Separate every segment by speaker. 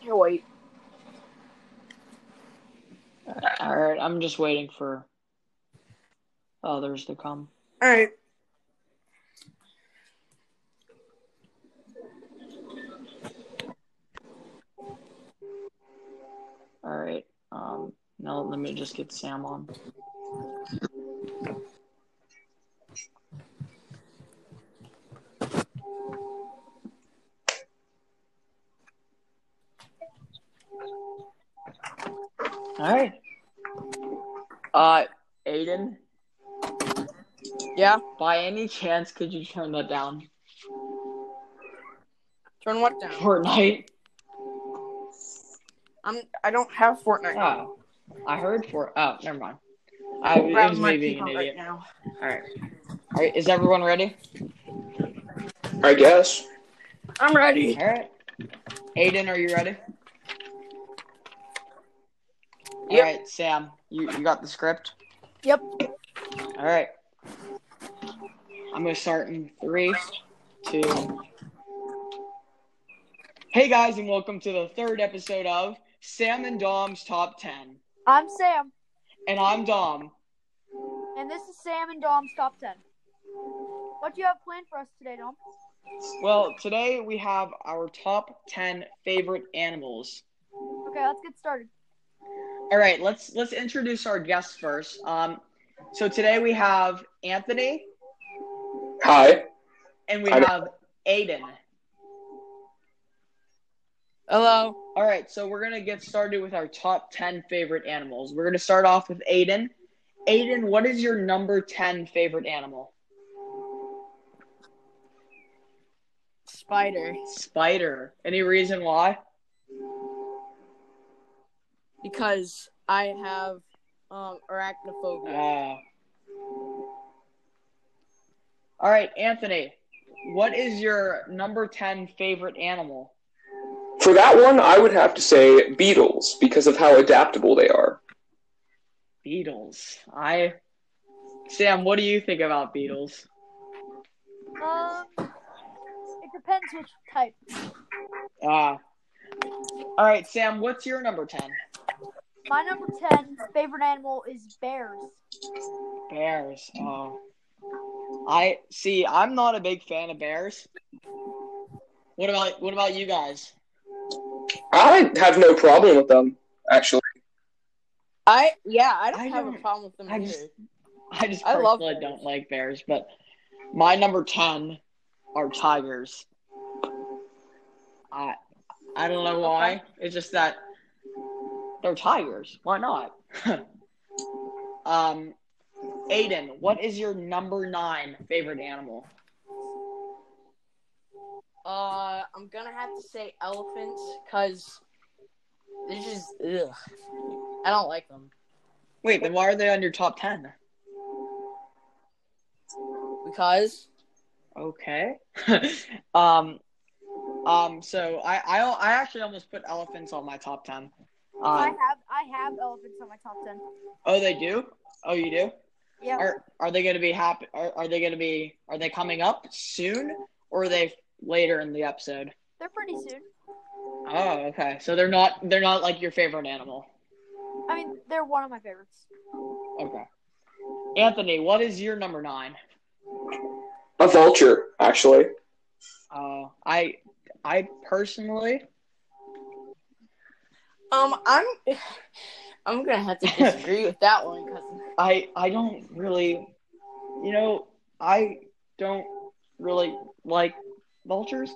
Speaker 1: Can't wait.
Speaker 2: All right, I'm just waiting for others to come.
Speaker 1: All right.
Speaker 2: All right. Um, now let me just get Sam on. All right. Uh, Aiden,
Speaker 3: Yeah.
Speaker 2: by any chance, could you turn that down?
Speaker 3: Turn what down?
Speaker 2: Fortnite.
Speaker 3: I'm. I don't have Fortnite.
Speaker 2: Oh, I heard for. Oh, never mind. I it
Speaker 3: Grab
Speaker 2: was
Speaker 3: my
Speaker 2: me being an
Speaker 3: keyboard
Speaker 2: idiot.
Speaker 3: Right now.
Speaker 2: All right. All right. Is everyone ready?
Speaker 4: I guess.
Speaker 3: I'm ready.
Speaker 2: All right. Aiden, are you ready? All
Speaker 3: Yep.
Speaker 2: right, Sam, you, you got the script?
Speaker 1: Yep.
Speaker 2: All right. I'm going to start in three, two. Hey, guys, and welcome to the third episode of Sam and Dom's Top 10.
Speaker 1: I'm Sam,
Speaker 2: And I'm Dom.
Speaker 1: and this is Sam and Dom's Top 10. What do you have planned for us today, Dom?
Speaker 2: Well, today we have our top 10 favorite animals.
Speaker 1: Okay, let's get started.
Speaker 2: All right, let's let's introduce our guests first. Um, so today we have Anthony
Speaker 4: Hi.
Speaker 2: and we
Speaker 4: Hi.
Speaker 2: have Aiden.
Speaker 3: Hello.
Speaker 2: All right, so we're gonna get started with our top ten favorite animals. We're gonna start off with Aiden. Aiden, what is your number ten favorite animal?
Speaker 3: Spider.
Speaker 2: Spider. Any reason why?
Speaker 3: Because I have um arachnophobia.
Speaker 2: Uh, all right, Anthony, what is your number ten favorite animal?
Speaker 4: For that one, I would have to say beetles because of how adaptable they are.
Speaker 2: Beetles. I. Sam, what do you think about beetles?
Speaker 1: Um, it depends which type.
Speaker 2: Ah. All right, Sam, what's your number 10?
Speaker 1: My number 10 favorite animal is bears.
Speaker 2: Bears. Oh. I see, I'm not a big fan of bears. What about what about you guys?
Speaker 4: I have no problem with them, actually.
Speaker 3: I yeah. I don't
Speaker 2: I
Speaker 3: have a
Speaker 2: don't-
Speaker 3: problem with them
Speaker 2: I
Speaker 3: either.
Speaker 2: just- I just
Speaker 3: I
Speaker 2: personally
Speaker 3: love bears.
Speaker 2: don't like bears, but my number 10 are tigers. I I don't know why. It's just that they're tigers. Why not? um Aiden, what is your number 9 favorite animal?
Speaker 3: Uh, I'm gonna have to say elephants because they just ugh. I don't like them
Speaker 2: Wait, then why are they on your top 10?
Speaker 3: because
Speaker 2: Okay. um, um. So I, I, I actually almost put elephants on my top ten. Um,
Speaker 1: I have I have elephants on my top 10.
Speaker 2: oh, they do. Oh, you do.
Speaker 1: Yeah.
Speaker 2: Are Are they gonna be happy? Are Are they gonna be? Are they coming up soon, or are they later in the episode?
Speaker 1: They're pretty soon.
Speaker 2: Oh, okay. So they're not. They're not like your favorite animal.
Speaker 1: I mean, they're one of my favorites.
Speaker 2: Okay. Anthony, what is your number nine?
Speaker 4: A vulture, actually.
Speaker 2: Uh, I, I personally,
Speaker 3: um I'm I'm gonna have to disagree with that one because
Speaker 2: I I don't really, you know, I don't really like vultures.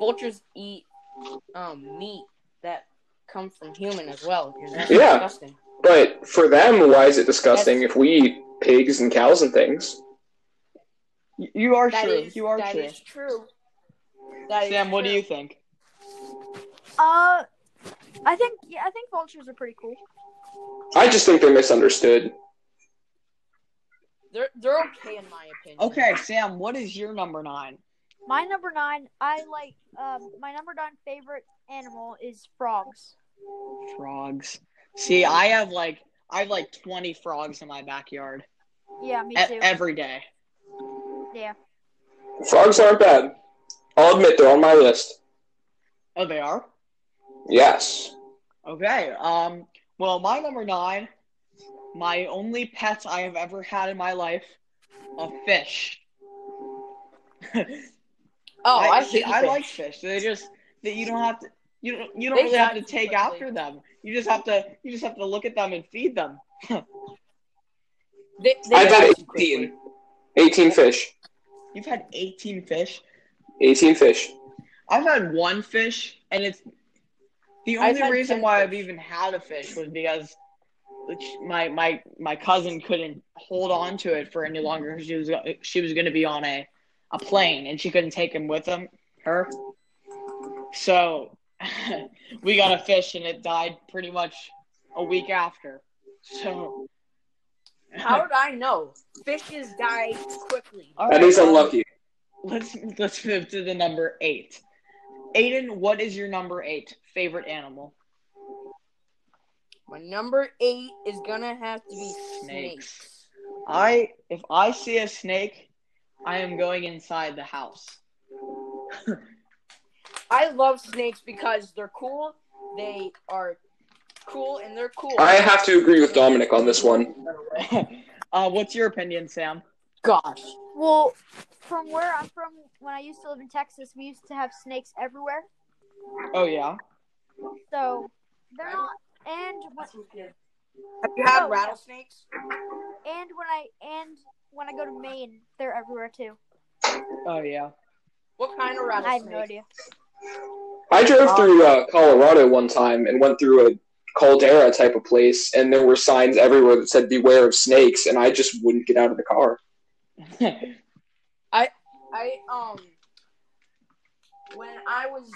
Speaker 3: vultures eat um meat that come from human as well. and that's
Speaker 4: Yeah.
Speaker 3: disgusting.
Speaker 4: But for them, why is it disgusting if we eat pigs and cows and things?
Speaker 2: Y- You are
Speaker 3: That
Speaker 2: true.
Speaker 3: is-
Speaker 2: you are
Speaker 3: that
Speaker 2: true.
Speaker 3: is true. That is
Speaker 2: Sam, what do
Speaker 3: true.
Speaker 2: you think?
Speaker 1: Uh, I think yeah, I think vultures are pretty cool.
Speaker 4: I just think they're misunderstood.
Speaker 3: They're they're okay in my opinion.
Speaker 2: Okay, Sam, what is your number nine?
Speaker 1: My number nine, I like. Um, my number nine favorite animal is frogs.
Speaker 2: Frogs. See, I have like I have like twenty frogs in my backyard
Speaker 1: Yeah, me
Speaker 2: e-
Speaker 1: too.
Speaker 2: every day.
Speaker 1: yeah.
Speaker 4: Frogs aren't bad. I'll admit they're on my list.
Speaker 2: Oh, they are.
Speaker 4: Yes.
Speaker 2: Okay. Um. Well, my number nine, my only pet I have ever had in my life, a fish.
Speaker 3: Oh, I,
Speaker 2: see,
Speaker 3: hate
Speaker 2: I
Speaker 3: fish.
Speaker 2: like fish. They just that you don't have to. You don't. You don't
Speaker 3: They
Speaker 2: really have to
Speaker 3: die
Speaker 2: take
Speaker 3: quickly.
Speaker 2: after them. You just have to. You just have to look at them and feed them.
Speaker 3: They, they
Speaker 4: I
Speaker 3: die
Speaker 4: bet
Speaker 3: too quickly.
Speaker 4: 18. 18 fish.
Speaker 2: You've had 18 fish.
Speaker 4: 18 fish.
Speaker 2: I've had one fish, and it's the
Speaker 3: I've
Speaker 2: only
Speaker 3: had
Speaker 2: reason
Speaker 3: 10
Speaker 2: why
Speaker 3: fish.
Speaker 2: I've even had a fish was because which my my my cousin couldn't hold on to it for any longer. 'cause She was she was going to be on a a plane, and she couldn't take him with him her. So we got a fish, and it died pretty much a week after. So
Speaker 3: How did I know? Fishes die quickly.
Speaker 2: All
Speaker 4: That
Speaker 2: right,
Speaker 4: is
Speaker 2: um,
Speaker 4: unlucky.
Speaker 2: Let's let's move to the number eight. Aiden, what is your number eight favorite animal?
Speaker 3: My number eight is gonna have to be snakes.
Speaker 2: Snakes. I if I see a snake, I am going inside the house.
Speaker 3: I love snakes because they're cool. They are cool and they're cool.
Speaker 4: I have to agree with Dominic on this one.
Speaker 2: uh, what's your opinion, Sam?
Speaker 3: Gosh.
Speaker 1: Well, from where I'm from, when I used to live in Texas, we used to have snakes everywhere.
Speaker 2: Oh yeah.
Speaker 1: So they're not. And when,
Speaker 3: Have you had
Speaker 1: Oh, yeah.
Speaker 3: rattlesnakes?
Speaker 1: and when I and when I go to Maine, they're everywhere too.
Speaker 2: Oh yeah.
Speaker 3: What kind of
Speaker 1: I have
Speaker 3: rattlesnakes?
Speaker 1: no idea.
Speaker 4: I drove through uh, Colorado one time and went through a caldera type of place, and there were signs everywhere that said "Beware of snakes," and I just wouldn't get out of the car.
Speaker 3: I um when I was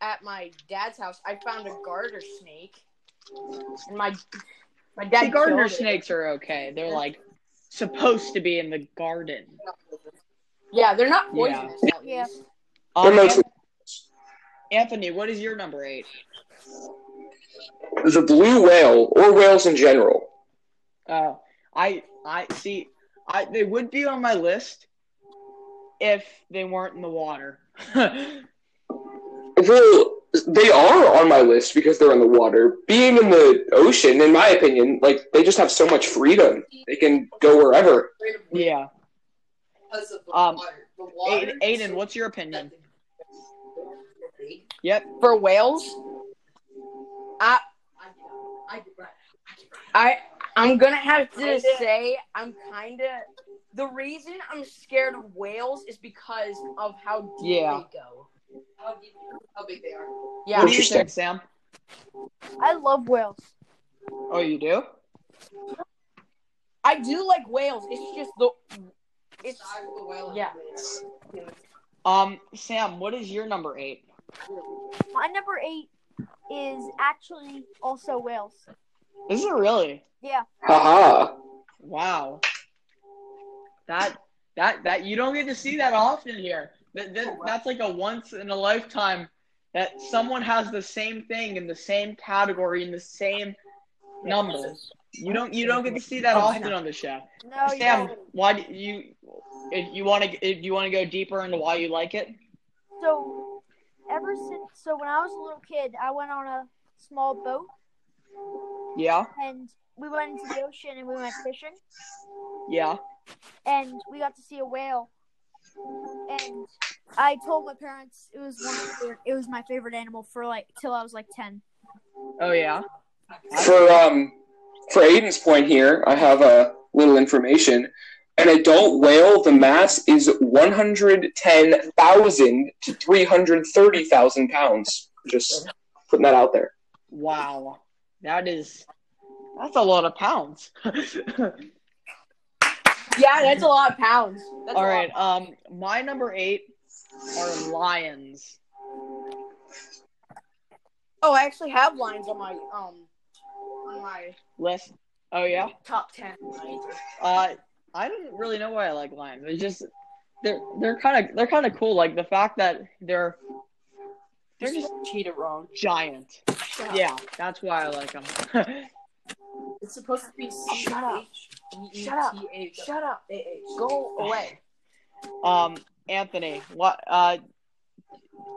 Speaker 3: at my dad's house, I found a garter snake, and my my dad
Speaker 2: See, gardener
Speaker 3: killed it.
Speaker 2: snakes are okay. They're like supposed to be in the garden.
Speaker 3: Yeah, they're not
Speaker 2: Yeah.
Speaker 3: poisonous. At
Speaker 1: Yeah.
Speaker 3: least.
Speaker 4: They're
Speaker 2: Um,
Speaker 4: mostly-
Speaker 2: Anthony, what is your number eight?
Speaker 4: The blue whale, or whales in general.
Speaker 2: Oh, I I see. I they would be on my list if they weren't in the water.
Speaker 4: Well, they are on my list because they're in the water. Being in the ocean, in my opinion, like they just have so much freedom. They can go wherever.
Speaker 2: yeah.
Speaker 3: Because of the
Speaker 2: Um,
Speaker 3: water. The water
Speaker 2: Aiden, Aiden, what's your opinion? Yep.
Speaker 3: for whales? I I I'm gonna have to say I'm kind of the reason I'm scared of whales is because of how deep
Speaker 2: Yeah.
Speaker 3: they go. How deep, how big they are.
Speaker 2: What
Speaker 3: Yeah,
Speaker 2: do you
Speaker 4: Interesting.
Speaker 2: think, Sam?
Speaker 1: I love whales.
Speaker 2: Oh, you do?
Speaker 3: I do like whales. It's just the it's yeah.
Speaker 2: Um, Sam, what is your number eight?
Speaker 1: My number eight is actually also whales.
Speaker 2: Is it really?
Speaker 1: Yeah,
Speaker 4: Haha.
Speaker 2: Wow. That that that you don't get to see that often here. That, that that's like a once in a lifetime that someone has the same thing in the same category in the same number. You don't you don't get to see that
Speaker 3: Oh, I
Speaker 2: often on the show.
Speaker 1: no, you
Speaker 2: Sam,
Speaker 1: don't.
Speaker 2: why do you if you want to if you want to go deeper into why you like it?
Speaker 1: So ever since, so when I was a little kid, I went on a small boat
Speaker 2: Yeah.
Speaker 1: and we went into the ocean and we went fishing.
Speaker 2: Yeah.
Speaker 1: and we got to see a whale. And I told my parents it was one of my favorite, it was my favorite animal for like till I was like ten.
Speaker 2: Oh yeah.
Speaker 4: For um, for Aiden's point here, I have a little information. An adult whale, the mass is one hundred ten thousand to three hundred thirty thousand pounds. Just putting that out there.
Speaker 2: Wow. That is that's a lot of pounds.
Speaker 3: Yeah, that's a lot of pounds. That's
Speaker 2: All
Speaker 3: a lot.
Speaker 2: right. Um, my number eight are lions.
Speaker 3: Oh, I actually have lines on my um on my
Speaker 2: List. Oh yeah.
Speaker 3: top ten.
Speaker 2: Uh, I don't really know why I like lions. It's just they're they're kind of they're kind of cool. Like the fact that they're they're just
Speaker 3: cheated wrong.
Speaker 2: giant. Yeah, that's why I like them.
Speaker 3: It's supposed to be E shut up. Shut up. Shut up. Go away.
Speaker 2: um, Anthony, what? Uh,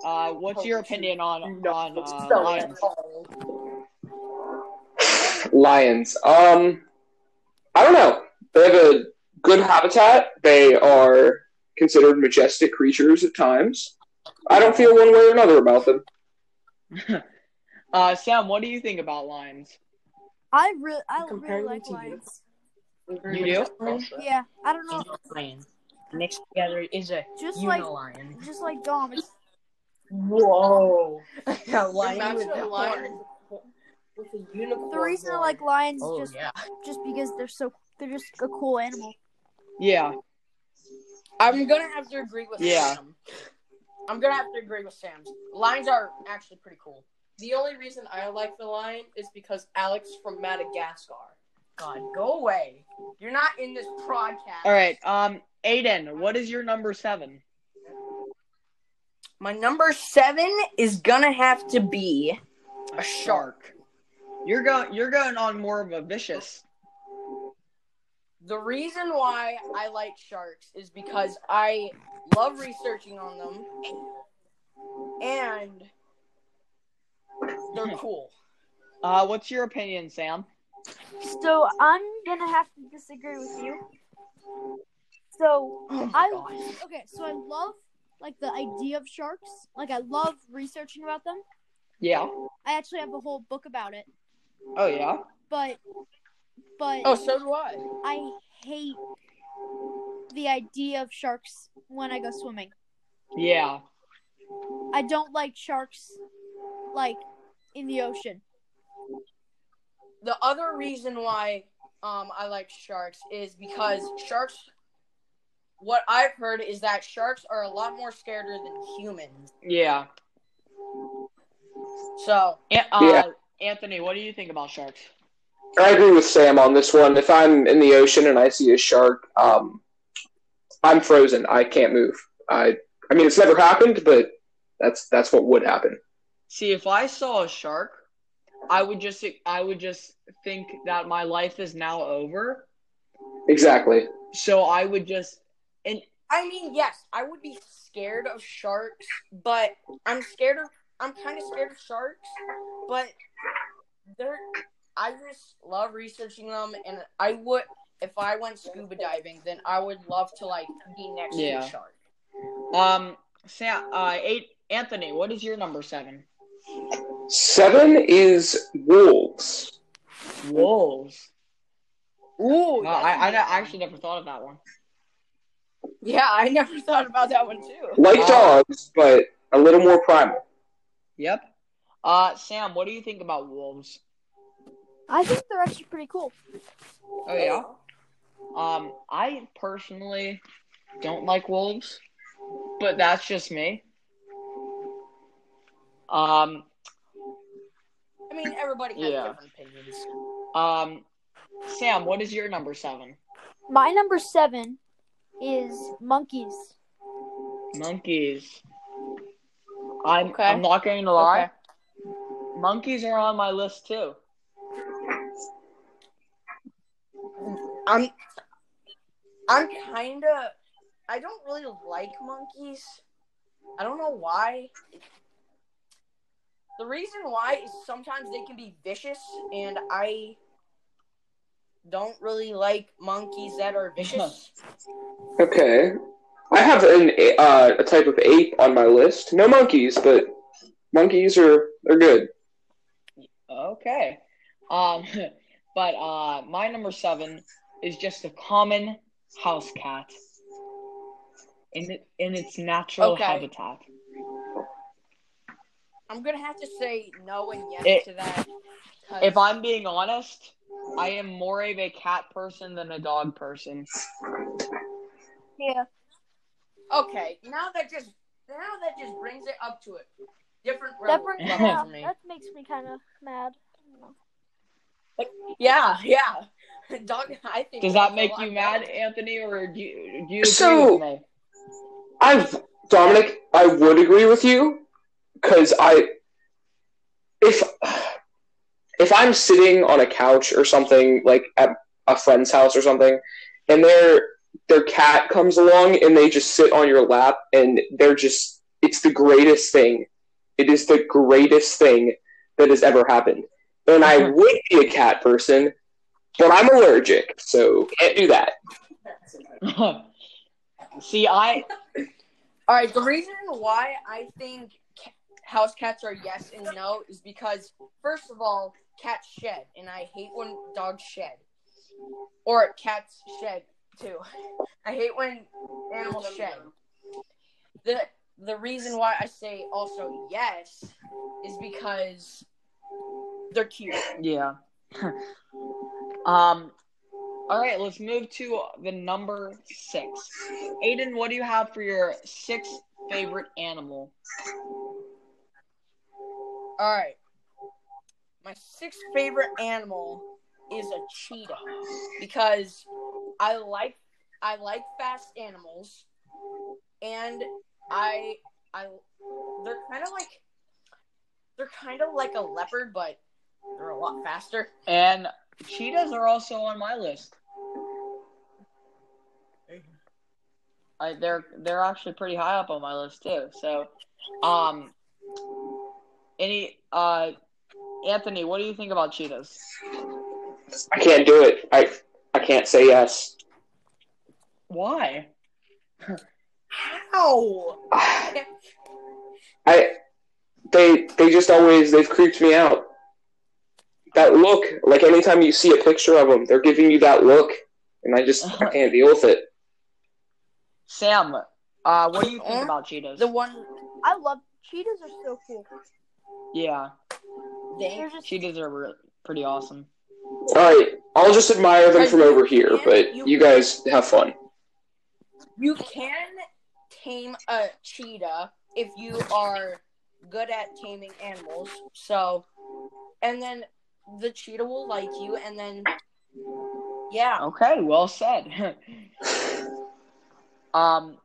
Speaker 2: Uh,
Speaker 3: Oh,
Speaker 2: what's your opinion on on uh,
Speaker 3: So
Speaker 2: lions?
Speaker 3: annoying.
Speaker 4: Lions. Um, I don't know. They have a good habitat. They are considered majestic creatures at times. I don't feel one way or another about them.
Speaker 2: Uh, Sam, what do you think about lions?
Speaker 1: I really, I
Speaker 5: Comparing
Speaker 1: really like
Speaker 5: to you.
Speaker 1: lions.
Speaker 2: You do?
Speaker 1: Yeah, I don't know.
Speaker 5: Lion. Next together is a
Speaker 1: Just like,
Speaker 5: unilion.
Speaker 1: just like Dom. It's,
Speaker 5: Whoa. a lion
Speaker 3: Imagine
Speaker 5: with
Speaker 3: a
Speaker 5: a
Speaker 3: lion
Speaker 5: horn.
Speaker 3: with a unicorn.
Speaker 1: the reason I
Speaker 3: horn.
Speaker 1: like lions is
Speaker 5: Oh
Speaker 1: just
Speaker 5: yeah.
Speaker 1: just because they're so they're just a cool animal.
Speaker 2: Yeah,
Speaker 3: I'm gonna have to agree with
Speaker 2: Yeah.
Speaker 3: Sam. I'm gonna have to agree with Sam. Lions are actually pretty cool. The only reason I like the lion is because Alex from Madagascar. God, go away. You're not in this broadcast.
Speaker 2: All right. Um, Aiden, what is your number seven?
Speaker 3: My number seven is gonna have to be a shark.
Speaker 2: You're going. You're going on more of a vicious.
Speaker 3: The reason why I like sharks is because I love researching on them and they're cool.
Speaker 2: Uh, what's your opinion, Sam?
Speaker 1: So I'm gonna have to disagree with you. So
Speaker 3: Oh my
Speaker 1: I
Speaker 3: God.
Speaker 1: okay. So I love like the idea of sharks. Like I love researching about them.
Speaker 2: Yeah.
Speaker 1: I actually have a whole book about it.
Speaker 2: Oh yeah.
Speaker 1: But but
Speaker 3: Oh, so do I.
Speaker 1: I hate the idea of sharks when I go swimming.
Speaker 2: Yeah.
Speaker 1: I don't like sharks like in the ocean.
Speaker 3: the other reason why um I like sharks is because sharks what I've heard is that sharks are a lot more scared than humans.
Speaker 2: Yeah.
Speaker 3: So
Speaker 2: An- uh, Anthony, what do you think about sharks?
Speaker 4: I agree with Sam on this one. If I'm in the ocean and I see a shark, um, I'm frozen. I can't move. I I mean, it's never happened, but that's that's what would happen.
Speaker 2: See, if I saw a shark, I would just I would just think that my life is now over.
Speaker 4: Exactly.
Speaker 2: So I would just
Speaker 3: I mean yes, I would be scared of sharks, but I'm scared of I'm kinda scared of sharks, but they're I just love researching them and I would if I went scuba diving then I would love to like be next to
Speaker 2: Yeah.
Speaker 3: a shark.
Speaker 2: um Sam uh eight Anthony, what is your number seven?
Speaker 4: Seven is wolves.
Speaker 2: Wolves.
Speaker 3: Ooh,
Speaker 2: Wow, Uh, I, I, ne- I actually never thought of that one.
Speaker 3: Yeah, I never thought about that one too.
Speaker 4: Like
Speaker 2: Wow.
Speaker 4: dogs, but a little more primal.
Speaker 2: Yep. Uh Sam, what do you think about wolves?
Speaker 1: I think they're actually pretty cool.
Speaker 2: Oh yeah. Um I personally don't like wolves, but that's just me. Um
Speaker 3: I mean, everybody has
Speaker 2: Yeah.
Speaker 3: different opinions.
Speaker 2: um Sam, what is your number seven?
Speaker 1: My number seven is monkeys.
Speaker 2: Monkeys. I'm
Speaker 3: Okay.
Speaker 2: I'm not going to lie. Monkeys are on my list too.
Speaker 3: I'm, I'm kind of. I don't really like monkeys. I don't know why. The reason why is sometimes they can be vicious, and I don't really like monkeys that are vicious.
Speaker 4: Okay. I have an a- uh, a type of ape on my list. No monkeys, but monkeys are are good.
Speaker 2: Okay. Um but uh my number 7 is just a common house cat in it- in its natural
Speaker 3: Okay.
Speaker 2: habitat.
Speaker 3: I'm gonna have to say no and yes
Speaker 2: It-
Speaker 3: to that. 'cause-
Speaker 2: If I'm being honest, I am more of a cat person than a dog person.
Speaker 1: Yeah.
Speaker 3: Okay, now that just now that just brings it up to it. Different
Speaker 1: That
Speaker 3: level,
Speaker 1: brings me
Speaker 2: Well,
Speaker 3: level
Speaker 1: out.
Speaker 3: for me.
Speaker 1: That makes me kind of mad.
Speaker 3: Yeah, yeah. Dog, I think.
Speaker 2: Does that
Speaker 3: that's a
Speaker 2: make
Speaker 3: lot
Speaker 2: you mad,
Speaker 3: better.
Speaker 2: Anthony, or do you, do you agree
Speaker 4: So-
Speaker 2: with me?
Speaker 4: I Dominic, I would agree with you because I if if I'm sitting on a couch or something like at a friend's house or something, and their their cat comes along and they just sit on your lap and they're just It's the greatest thing. It is the greatest thing that has ever happened. And I would be a cat person, but I'm allergic, so can't do that.
Speaker 2: See, I
Speaker 3: All right, the reason why I think ca- house cats are yes and no is because first of all, cats shed, and I hate when dogs shed, or cats shed too. I hate when animals shed. the The reason why I say also yes is because they're cute.
Speaker 2: yeah. um. All right, let's move to the number six. Aiden, what do you have for your sixth favorite animal?
Speaker 3: All right, my sixth favorite animal is a cheetah because I like I like fast animals, and I I they're kind of like they're kind of like a leopard, but they're a lot faster.
Speaker 2: And cheetahs are also on my list. I, they're they're actually pretty high up on my list too. So, um, any uh, Anthony, what do you think about cheetahs?
Speaker 4: I can't do it. I I can't say yes.
Speaker 2: Why?
Speaker 3: Ow!
Speaker 4: I they they just always they've creeped me out. That look, like anytime you see a picture of them, they're giving you that look, and I just I can't deal with it.
Speaker 2: Sam, uh, what do you think about cheetahs?
Speaker 3: The one
Speaker 1: I love cheetahs are so cool.
Speaker 2: yeah,
Speaker 3: they
Speaker 1: They're just
Speaker 2: cheetahs are re- pretty awesome.
Speaker 4: All right, I'll just admire them from over here, but you guys have fun.
Speaker 3: you can tame a cheetah if you are good at taming animals. So, and then the cheetah will like you, and then yeah.
Speaker 2: Okay, well said. um,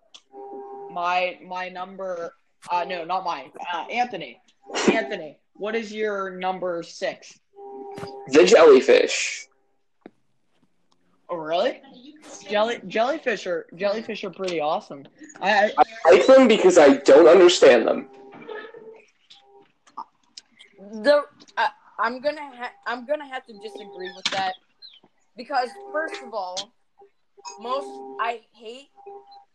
Speaker 2: my my number. Uh, no, not mine. Uh, Anthony. Anthony, what is your number six?
Speaker 4: The jellyfish.
Speaker 2: Oh, really? Jelly jellyfish are jellyfish are pretty awesome. I, I
Speaker 4: I like them because I don't understand them.
Speaker 3: the uh, I'm gonna ha- I'm gonna have to disagree with that because first of all, most I hate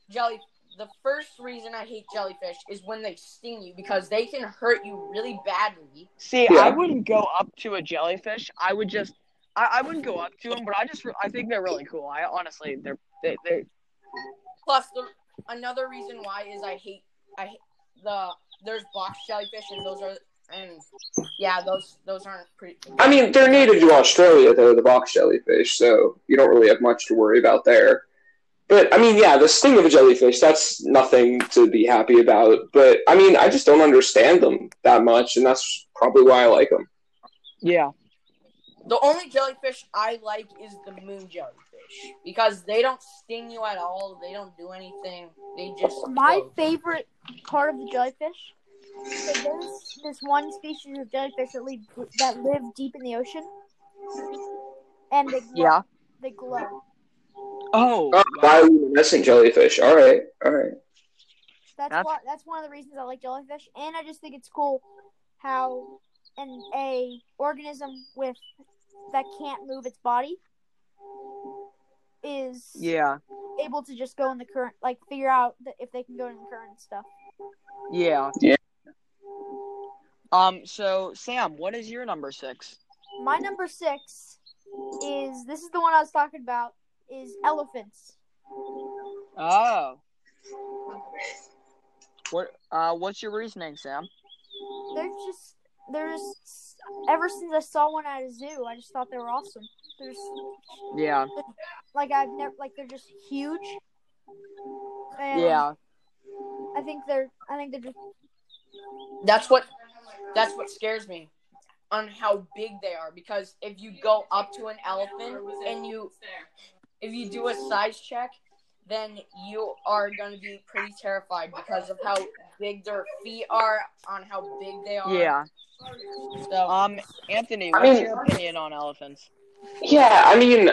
Speaker 3: jelly. The first reason I hate jellyfish is when they sting you because they can hurt you really badly.
Speaker 2: see. I
Speaker 4: Yeah.
Speaker 2: wouldn't go up to a jellyfish. I would just. I, I wouldn't go up to them, but I just re- I think they're really cool. I honestly they're they they
Speaker 3: Plus, the another reason why is I hate I hate the there's box jellyfish and those are and yeah those those aren't pretty.
Speaker 4: I mean, they're native to Australia, though, the box jellyfish, so you don't really have much to worry about there. But, I mean, yeah, the sting of a jellyfish, that's nothing to be happy about. But, I mean, I just don't understand them that much, and that's probably why I like them.
Speaker 2: yeah
Speaker 3: The only jellyfish I like is the moon jellyfish because they don't sting you at all. They don't do anything. They just
Speaker 1: My
Speaker 3: float.
Speaker 1: favorite part of the jellyfish. So there's this one species of jellyfish that live that live deep in the ocean, and they glow,
Speaker 2: yeah.
Speaker 1: they glow.
Speaker 2: Oh,
Speaker 4: Oh,
Speaker 2: wow.
Speaker 4: bioluminescent jellyfish. All right, all right.
Speaker 1: That's,
Speaker 2: That's-
Speaker 1: why that's one of the reasons I like jellyfish, and I just think it's cool how an a organism with that can't move its body is
Speaker 2: yeah.
Speaker 1: able to just go in the current, like figure out that if they can go in the current and stuff.
Speaker 2: Yeah.
Speaker 4: Yeah.
Speaker 2: Um. So, Sam, what is your number six?
Speaker 1: My number six is this is the one I was talking about is elephants.
Speaker 2: Oh. What? Uh. What's your reasoning, Sam?
Speaker 1: They're just they're just ever since I saw one at a zoo, I just thought they were awesome. They're just,
Speaker 2: Yeah.
Speaker 1: like I've never like they're just huge. And
Speaker 2: Yeah.
Speaker 1: I think they're I think they're just
Speaker 3: That's what that's what scares me on how big they are because if you go up to an elephant and you if you do a size check, then you are going to be pretty terrified because of how big their feet are, on how big they are.
Speaker 2: Yeah.
Speaker 3: So
Speaker 2: Um. Anthony,
Speaker 4: I
Speaker 2: what's
Speaker 4: mean-
Speaker 2: your opinion on elephants?
Speaker 4: Yeah, I mean,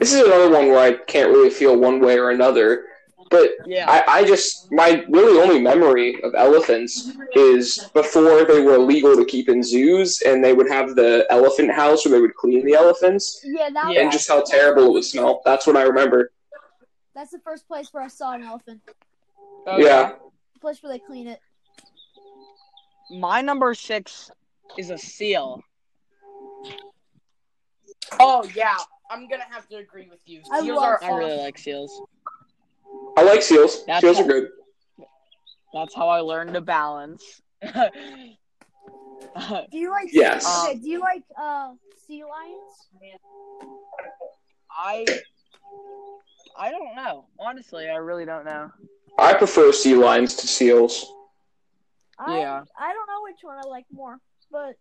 Speaker 4: this is another one where I can't really feel one way or another. But
Speaker 2: Yeah.
Speaker 4: I, I just my really only memory of elephants is before they were illegal to keep in zoos, and they would have the elephant house where they would clean the elephants,
Speaker 1: Yeah, that
Speaker 2: Yeah.
Speaker 4: and just how terrible it would smell. That's what I remember.
Speaker 1: that's the first place where I saw an elephant.
Speaker 2: Oh,
Speaker 4: yeah.
Speaker 1: The place where they clean it.
Speaker 2: My number six is a seal.
Speaker 3: Oh yeah, I'm gonna have to agree with you.
Speaker 1: I
Speaker 3: Seals
Speaker 1: love
Speaker 3: are
Speaker 2: I really
Speaker 3: awesome.
Speaker 2: like seals.
Speaker 4: I like seals.
Speaker 2: That's
Speaker 4: seals
Speaker 2: how-
Speaker 4: are good.
Speaker 2: That's how I learned to balance.
Speaker 1: Do you like
Speaker 4: Yes.
Speaker 1: Okay, do you like uh sea lions?
Speaker 2: I I don't know. Honestly, I really don't know.
Speaker 4: I prefer sea lions to seals.
Speaker 1: I,
Speaker 2: Yeah.
Speaker 1: I don't know which one I like more, but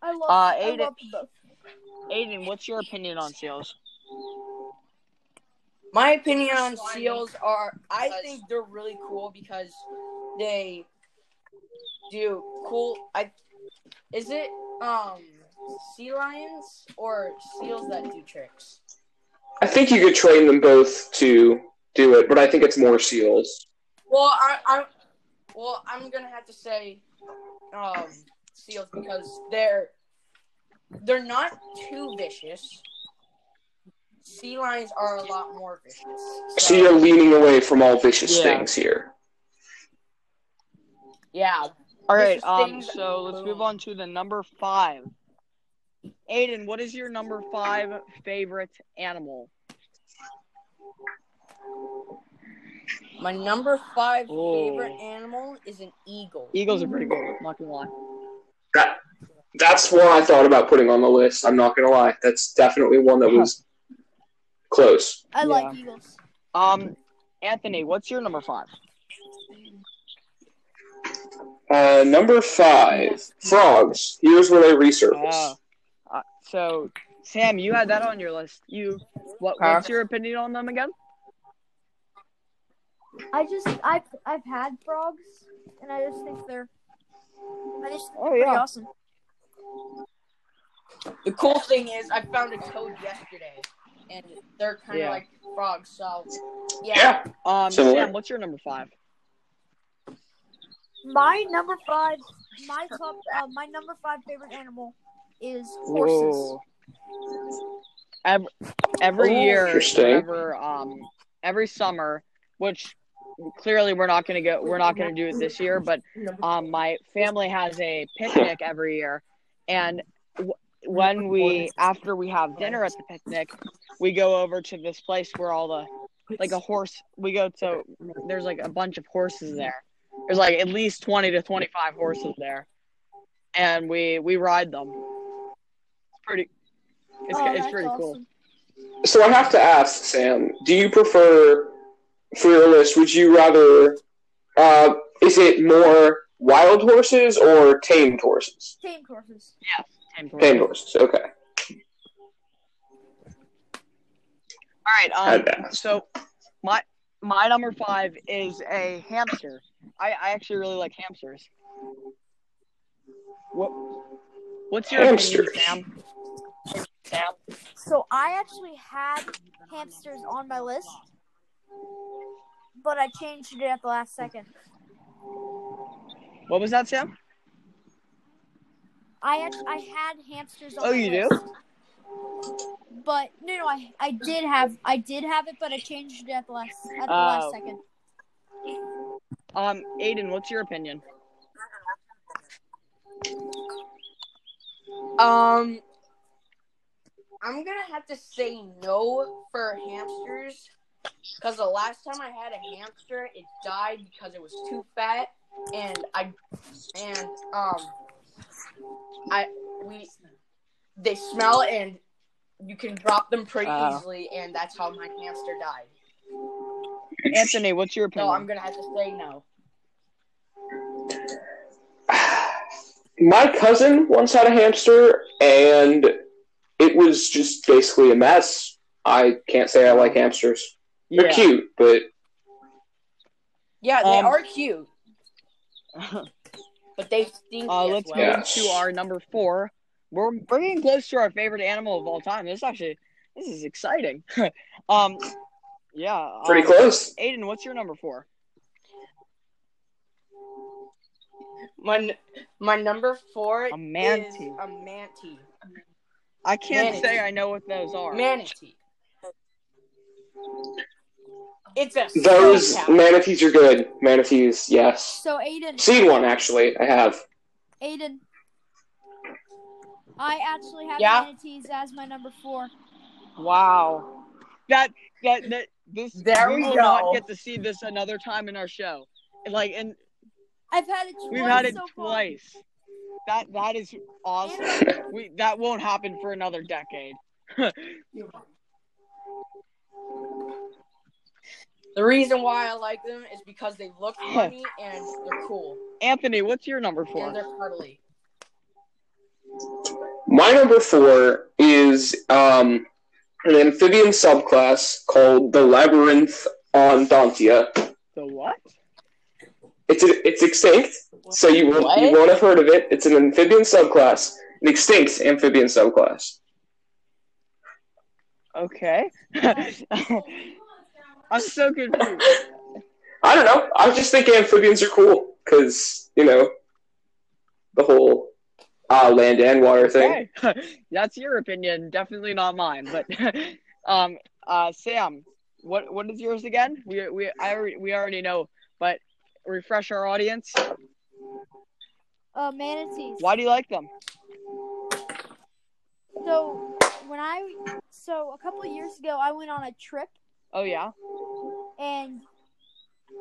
Speaker 1: I love,
Speaker 2: Uh,
Speaker 1: I
Speaker 2: Aiden-
Speaker 1: love them both.
Speaker 2: Aiden, what's your opinion on seals?
Speaker 3: My opinion on seals are I think they're really cool because they do cool I is it um sea lions or seals that do tricks?
Speaker 4: I think you could train them both to do it, but I think it's more seals.
Speaker 3: Well I I well I'm gonna have to say um seals because they're they're not too vicious. Sea lions are a lot more vicious.
Speaker 4: So you're leaning away from all vicious
Speaker 2: Yeah.
Speaker 4: things here.
Speaker 3: yeah,
Speaker 2: All
Speaker 3: This
Speaker 2: right.
Speaker 3: is
Speaker 2: Um.
Speaker 3: things-
Speaker 2: So let's move on to the number five. Aiden, what is your number five favorite animal?
Speaker 3: My number five
Speaker 2: Oh.
Speaker 3: favorite animal is an eagle.
Speaker 2: Eagles are pretty cool. Not gonna lie.
Speaker 4: That that's one I thought about putting on the list. I'm not gonna lie. That's definitely one
Speaker 2: Uh-huh.
Speaker 4: that was close.
Speaker 1: I like
Speaker 2: Yeah.
Speaker 1: eagles.
Speaker 2: Um, Anthony, what's your number five?
Speaker 4: Uh, number five, frogs. Here's where they resurface.
Speaker 2: Oh. Uh, so, Sam, you had that on your list. You, what,
Speaker 5: Huh?
Speaker 2: what's your opinion on them again?
Speaker 1: I just I've I've had frogs, and I just think they're I just think
Speaker 2: Oh,
Speaker 1: they're pretty
Speaker 2: yeah.
Speaker 1: awesome.
Speaker 3: The cool thing is, I found a toad yesterday, and they're kind of
Speaker 2: Yeah.
Speaker 3: like frogs. So, yeah,
Speaker 4: yeah.
Speaker 2: Um,
Speaker 4: Similar.
Speaker 2: Sam, what's your number five?
Speaker 1: My number five, my top, uh, my number five favorite animal is horses.
Speaker 2: Ooh. Ev- every
Speaker 3: Ooh.
Speaker 2: year,
Speaker 4: Interesting.
Speaker 2: whenever, um, every summer, which clearly we're not gonna go, we're not gonna do it this year, but um, my family has a picnic every year, and w- when we after we have dinner at the picnic, we go over to this place where all the like a horse. We go to there's like a bunch of horses there. There's like at least twenty to twenty five horses there, and we we ride them. It's pretty. It's,
Speaker 1: Oh,
Speaker 2: it's
Speaker 1: that's
Speaker 2: pretty cool.
Speaker 1: awesome.
Speaker 4: So I have to ask, Sam, do you prefer for your list? Would you rather? Uh, is it more wild horses or tamed horses?
Speaker 1: Tamed horses.
Speaker 2: Tamed horses.
Speaker 4: Tamed horses. Okay.
Speaker 2: All right.
Speaker 4: I'd
Speaker 2: Um.
Speaker 4: ask.
Speaker 2: So my my number five is a hamster. I, I actually really like hamsters. What What's your
Speaker 4: Hamsters.
Speaker 2: opinion, Sam? Sam.
Speaker 1: So I actually had hamsters on my list, but I changed it at the last second.
Speaker 2: What was that, Sam?
Speaker 1: I act- I had hamsters on
Speaker 2: Oh,
Speaker 1: my
Speaker 2: you do?
Speaker 1: list. But no, no, I, I did have I did have it, but I changed it at the last at the
Speaker 2: Oh.
Speaker 1: last second.
Speaker 2: Um, Aiden, what's your opinion?
Speaker 3: um, I'm gonna have to say no for hamsters because the last time I had a hamster, it died because it was too fat, and I and um, I we they smell and you can drop them pretty
Speaker 2: Oh.
Speaker 3: easily, and that's how my hamster died.
Speaker 2: Anthony, what's your opinion?
Speaker 3: No, I'm gonna have to say no.
Speaker 4: My cousin once had a hamster, and it was just basically a mess. I can't say I like hamsters. They're
Speaker 2: yeah.
Speaker 4: cute, but
Speaker 3: Yeah, they
Speaker 2: Um,
Speaker 3: are cute, but they stink
Speaker 2: Uh,
Speaker 3: as
Speaker 2: let's
Speaker 3: well.
Speaker 4: Yeah.
Speaker 2: move to our number four. We're, we're getting close to our favorite animal of all time. This actually this is exciting. um, Yeah.
Speaker 4: Pretty
Speaker 2: um,
Speaker 4: close.
Speaker 2: Aiden, what's your number four?
Speaker 3: My n- my number four
Speaker 2: A manatee.
Speaker 3: is a manatee.
Speaker 2: I can't
Speaker 3: manatee.
Speaker 2: say I know what those are.
Speaker 3: Manatee. It's a
Speaker 4: Those
Speaker 3: snake hound.
Speaker 4: manatees are good. Manatees, yes.
Speaker 1: So Aiden,
Speaker 4: Seen one actually. I have.
Speaker 1: Aiden, I actually have
Speaker 3: Yeah?
Speaker 1: manatees as my number four.
Speaker 2: Wow. That that that this
Speaker 5: There
Speaker 2: we
Speaker 5: we
Speaker 2: will
Speaker 5: go.
Speaker 2: not get to see this another time in our show. Like and
Speaker 1: I've had it. Twice
Speaker 2: we've had it
Speaker 1: so far.
Speaker 2: twice. That that is awesome. We that won't happen for another decade.
Speaker 3: The reason why I like them is because they look funny and they're cool
Speaker 2: Anthony, what's your number
Speaker 3: and
Speaker 2: four?
Speaker 3: they're cuddly.
Speaker 4: My number four is um, an amphibian subclass called the Labyrinth
Speaker 2: The what?
Speaker 4: It's it's extinct, so you won't you
Speaker 3: What?
Speaker 4: won't have heard of it. It's an amphibian subclass, an extinct amphibian subclass.
Speaker 2: Okay. I'm so confused.
Speaker 4: I don't know. I just think amphibians are cool because you know the whole uh, land and water thing.
Speaker 2: Okay. That's your opinion, definitely not mine. But um uh Sam, what what is yours again? We we I already- we already know, but refresh our audience.
Speaker 1: Uh, manatees.
Speaker 2: Why do you like them?
Speaker 1: So when I so a couple of years ago, I went on a trip
Speaker 2: Oh yeah.
Speaker 1: and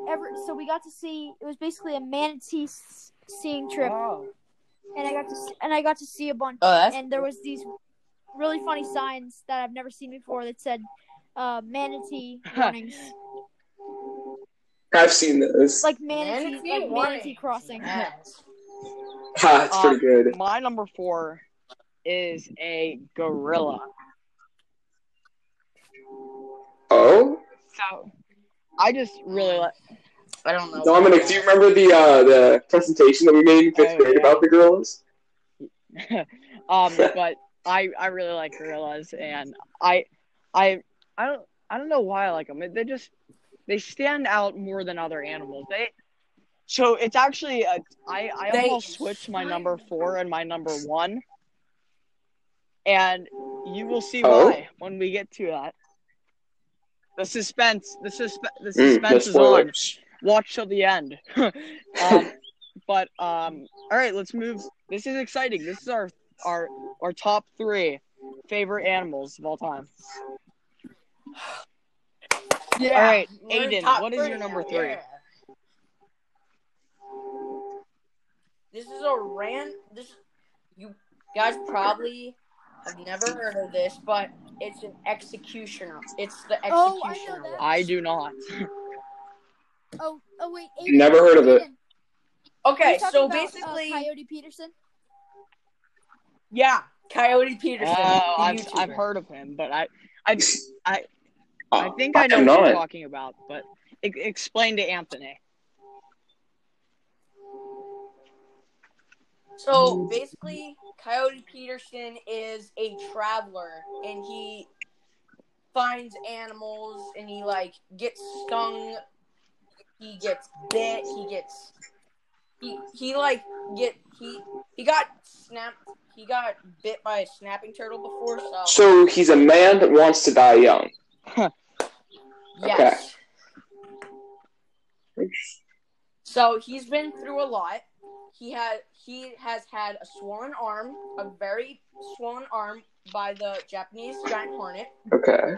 Speaker 1: ever so we got to see it was basically a manatee s- seeing trip,
Speaker 2: Oh.
Speaker 1: and I got to see, and I got to see a bunch.
Speaker 3: Oh, that's
Speaker 1: and there was these really funny signs that I've never seen before that said uh, manatee warnings,
Speaker 4: I've seen those.
Speaker 1: like manatee,
Speaker 3: Manatee
Speaker 1: like manatee
Speaker 3: warnings.
Speaker 1: crossing.
Speaker 3: Yes.
Speaker 4: ha, it's pretty good.
Speaker 2: My number four is a gorilla.
Speaker 4: Oh,
Speaker 2: So I just really like.
Speaker 3: I don't know.
Speaker 4: Dominic, do you remember the uh, the presentation that we made in fifth
Speaker 2: Oh,
Speaker 4: grade
Speaker 2: yeah.
Speaker 4: about the gorillas?
Speaker 2: um, but I I really like gorillas, and I I I don't I don't know why I like them. They just they stand out more than other animals. They so it's actually a, I I
Speaker 3: They-
Speaker 2: almost switched my number four and my number one, and you will see
Speaker 4: Oh.
Speaker 2: why when we get to that. The suspense, the suspense, the
Speaker 4: Mm, no
Speaker 2: suspense is on.
Speaker 4: spoilers.
Speaker 2: Watch till the end. um, but um, all right, let's move. This is exciting. This is our our our top three favorite animals of all time.
Speaker 3: Yeah.
Speaker 2: All right,
Speaker 3: We're in
Speaker 2: Aiden,
Speaker 3: top
Speaker 2: what is your
Speaker 3: three
Speaker 2: number
Speaker 3: now,
Speaker 2: three?
Speaker 3: yeah. This is a ran. This you guys probably have never heard of this, but it's an executioner. It's the
Speaker 1: Oh, I know
Speaker 3: executioner.
Speaker 1: that.
Speaker 3: one.
Speaker 2: I do not.
Speaker 1: Oh, oh wait, Aiden,
Speaker 4: Never heard of it.
Speaker 1: Aiden, are
Speaker 3: okay,
Speaker 1: you talking
Speaker 3: so
Speaker 1: about, uh,
Speaker 3: basically,
Speaker 1: Coyote Peterson.
Speaker 3: yeah, Coyote Peterson.
Speaker 2: Oh,
Speaker 3: the
Speaker 2: I've I've
Speaker 3: YouTuber.
Speaker 2: heard of him, but I I I think
Speaker 4: Uh,
Speaker 2: I know
Speaker 4: am
Speaker 2: what
Speaker 4: not.
Speaker 2: you're talking about. But e- explain to Anthony.
Speaker 3: So basically, Coyote Peterson is a traveler, and he finds animals, and he like gets stung, he gets bit, he gets he he like get he he got snapped, he got bit by a snapping turtle before. So
Speaker 4: So he's a man that wants to die young.
Speaker 3: yes, so he's been through a lot. He had he has had a swollen arm, a very swollen arm by the Japanese giant hornet.
Speaker 4: Okay.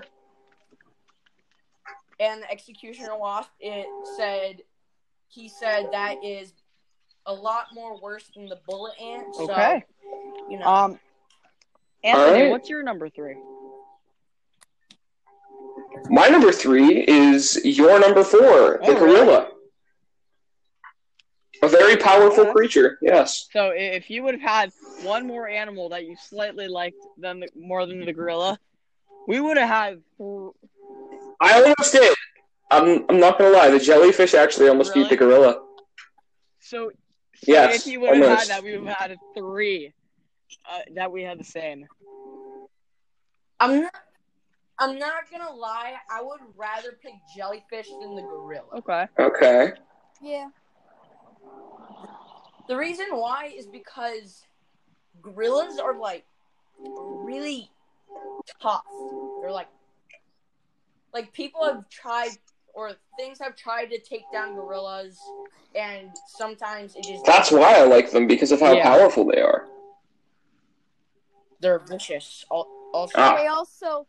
Speaker 3: and the executioner wasp it said he said that is a lot more worse than the bullet ant so
Speaker 2: Okay.
Speaker 3: you know
Speaker 2: Um, Anthony,
Speaker 4: right.
Speaker 2: what's your number three?
Speaker 4: My number three is your number four, the
Speaker 2: Oh, really?
Speaker 4: gorilla. A very powerful
Speaker 2: Okay.
Speaker 4: creature, yes.
Speaker 2: So i- if you would have had one more animal that you slightly liked than the, more than the gorilla, we would have had th-
Speaker 4: I almost did. I'm, I'm not gonna lie, the jellyfish actually almost beat
Speaker 2: Really?
Speaker 4: the gorilla.
Speaker 2: So, so
Speaker 4: Yes,
Speaker 2: if you would have
Speaker 4: almost.
Speaker 2: had that, we would have had three uh, that we had the same.
Speaker 3: i'm not I'm not gonna lie. I would rather pick jellyfish than the gorilla.
Speaker 2: Okay.
Speaker 4: Okay.
Speaker 1: Yeah.
Speaker 3: The reason why is because gorillas are like really tough. They're like like people have tried or things have tried to take down gorillas and sometimes it just
Speaker 4: That's why I like them because of how
Speaker 5: Yeah.
Speaker 4: powerful they are.
Speaker 3: they're vicious. Al- Also,
Speaker 4: Ah.
Speaker 1: They also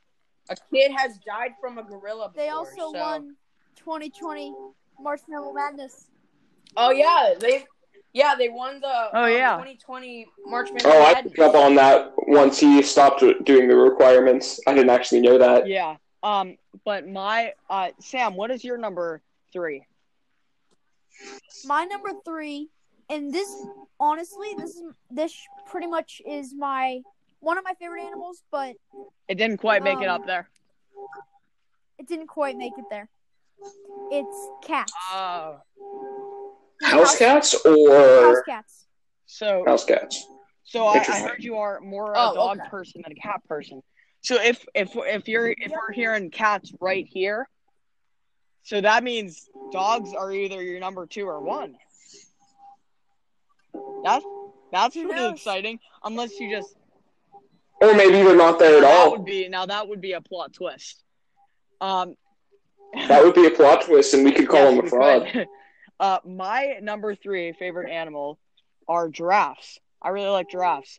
Speaker 3: a kid has died from a gorilla. Before,
Speaker 1: they
Speaker 3: so-
Speaker 1: also won 2020 Marshmallow Madness.
Speaker 3: Oh yeah, they yeah they won the
Speaker 2: Oh,
Speaker 3: um,
Speaker 2: yeah.
Speaker 3: 2020 March Madness.
Speaker 4: Oh, I picked up on that once he stopped doing the requirements. I didn't actually know that.
Speaker 2: Yeah. Um. But my uh, Sam, what is your number three?
Speaker 1: My number three, and this honestly, this is this pretty much is my one of my favorite animals, but
Speaker 2: It didn't quite make it
Speaker 1: Um,
Speaker 2: up there.
Speaker 1: it didn't quite make it there. It's cats,
Speaker 2: Oh.
Speaker 4: House cats
Speaker 1: house
Speaker 4: or
Speaker 1: cats.
Speaker 2: So
Speaker 4: house cats?
Speaker 2: So I, I
Speaker 4: oh, Interesting.
Speaker 2: heard you are more a
Speaker 3: Oh,
Speaker 2: dog
Speaker 3: okay.
Speaker 2: person than a cat person. So if if if you're if we're hearing cats right here, so that means dogs are either your number two or one. That's that's
Speaker 1: Who
Speaker 2: pretty
Speaker 1: knows?
Speaker 2: exciting. Unless you just
Speaker 4: Or maybe they're not there at
Speaker 2: that would
Speaker 4: all.
Speaker 2: be now that would be a plot twist. Um,
Speaker 4: That would be a plot twist, and we could call
Speaker 2: yes,
Speaker 4: him a
Speaker 2: we
Speaker 4: fraud.
Speaker 2: could. Uh, my number three favorite animal are giraffes. I really like giraffes.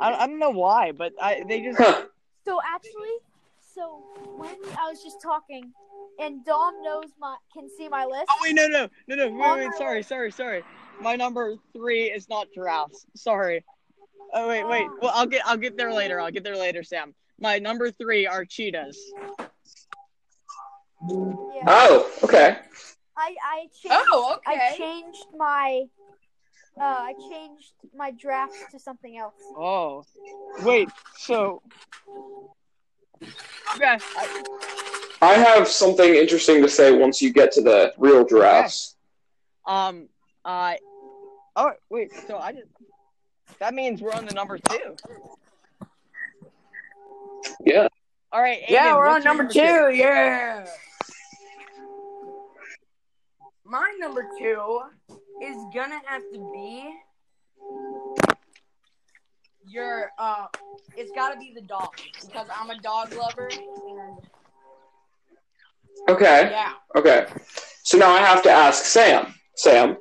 Speaker 2: I, I don't know why, but I they just
Speaker 4: Huh.
Speaker 1: So actually, so when I was just talking, and Dom knows my can see my list.
Speaker 2: Oh wait, no, no, no, Oh, no. Wait,
Speaker 1: On
Speaker 2: wait.
Speaker 1: my
Speaker 2: Sorry,
Speaker 1: list.
Speaker 2: sorry, sorry. My number three is not giraffes. Sorry. Oh wait, wait. Well, I'll get, I'll get there later. I'll get there later, Sam. My number three are cheetahs.
Speaker 1: Yeah.
Speaker 4: Oh, okay.
Speaker 1: I I changed,
Speaker 3: Oh,
Speaker 1: I
Speaker 3: okay.
Speaker 1: changed my uh I changed my draft to something else.
Speaker 2: Oh, wait. So. Okay. I-
Speaker 4: I have something interesting to say once you get to the real giraffes.
Speaker 2: Um. Uh. Oh wait. So I just. That means we're on the number two.
Speaker 4: Yeah.
Speaker 2: All right.
Speaker 3: Yeah,
Speaker 2: Aiden,
Speaker 3: we're on
Speaker 2: what's your
Speaker 3: number two. Yeah. My number two is gonna have to be your uh it's gotta be the dog because I'm a dog lover and
Speaker 4: Okay.
Speaker 3: yeah.
Speaker 4: Okay. So now I have to ask Sam. Sam,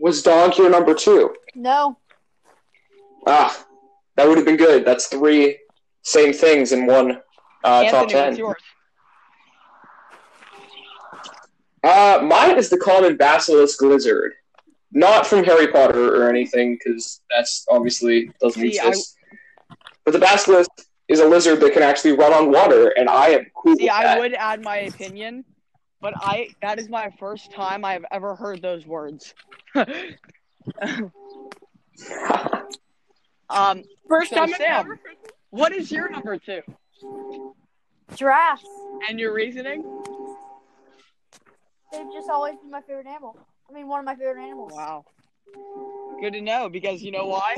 Speaker 4: was dog your number two?
Speaker 1: No.
Speaker 4: Ah, that would have been good. That's three same things in one uh, top
Speaker 2: Anthony,
Speaker 4: ten.
Speaker 2: what's yours?
Speaker 4: Uh, mine is the common basilisk lizard, not from Harry Potter or anything, because that's obviously doesn't
Speaker 2: See, I-
Speaker 4: exist. But the basilisk is a lizard that can actually run on water, and I am cool
Speaker 2: See,
Speaker 4: with
Speaker 2: I
Speaker 4: that.
Speaker 2: would add my opinion, but I that is my first time I've ever heard those words. um,
Speaker 3: First
Speaker 2: so Sam, what is your number two
Speaker 1: Giraffes.
Speaker 2: and your reasoning?
Speaker 1: They've just always been my favorite animal. I mean one of my favorite animals.
Speaker 2: Wow, good to know because you know why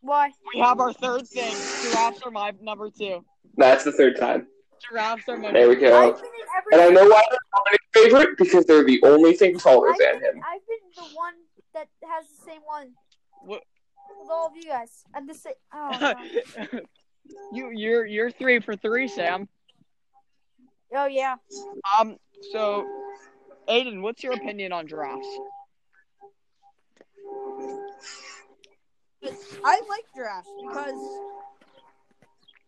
Speaker 1: Why?
Speaker 2: we have our third thing. Giraffes are my number two.
Speaker 4: That's the third time.
Speaker 2: Giraffes are my
Speaker 4: There we
Speaker 1: I've
Speaker 4: go.
Speaker 1: been in every
Speaker 4: And I know why they're not my favorite because they're the only thing taller
Speaker 1: I've
Speaker 4: than
Speaker 1: been,
Speaker 4: him.
Speaker 1: I've been the one that has the same one.
Speaker 2: What-
Speaker 1: With all of you guys. And the same oh no.
Speaker 2: you you're you're three for three, Sam.
Speaker 1: Oh yeah.
Speaker 2: Um, so Aiden, what's your opinion on giraffes?
Speaker 3: I like giraffes because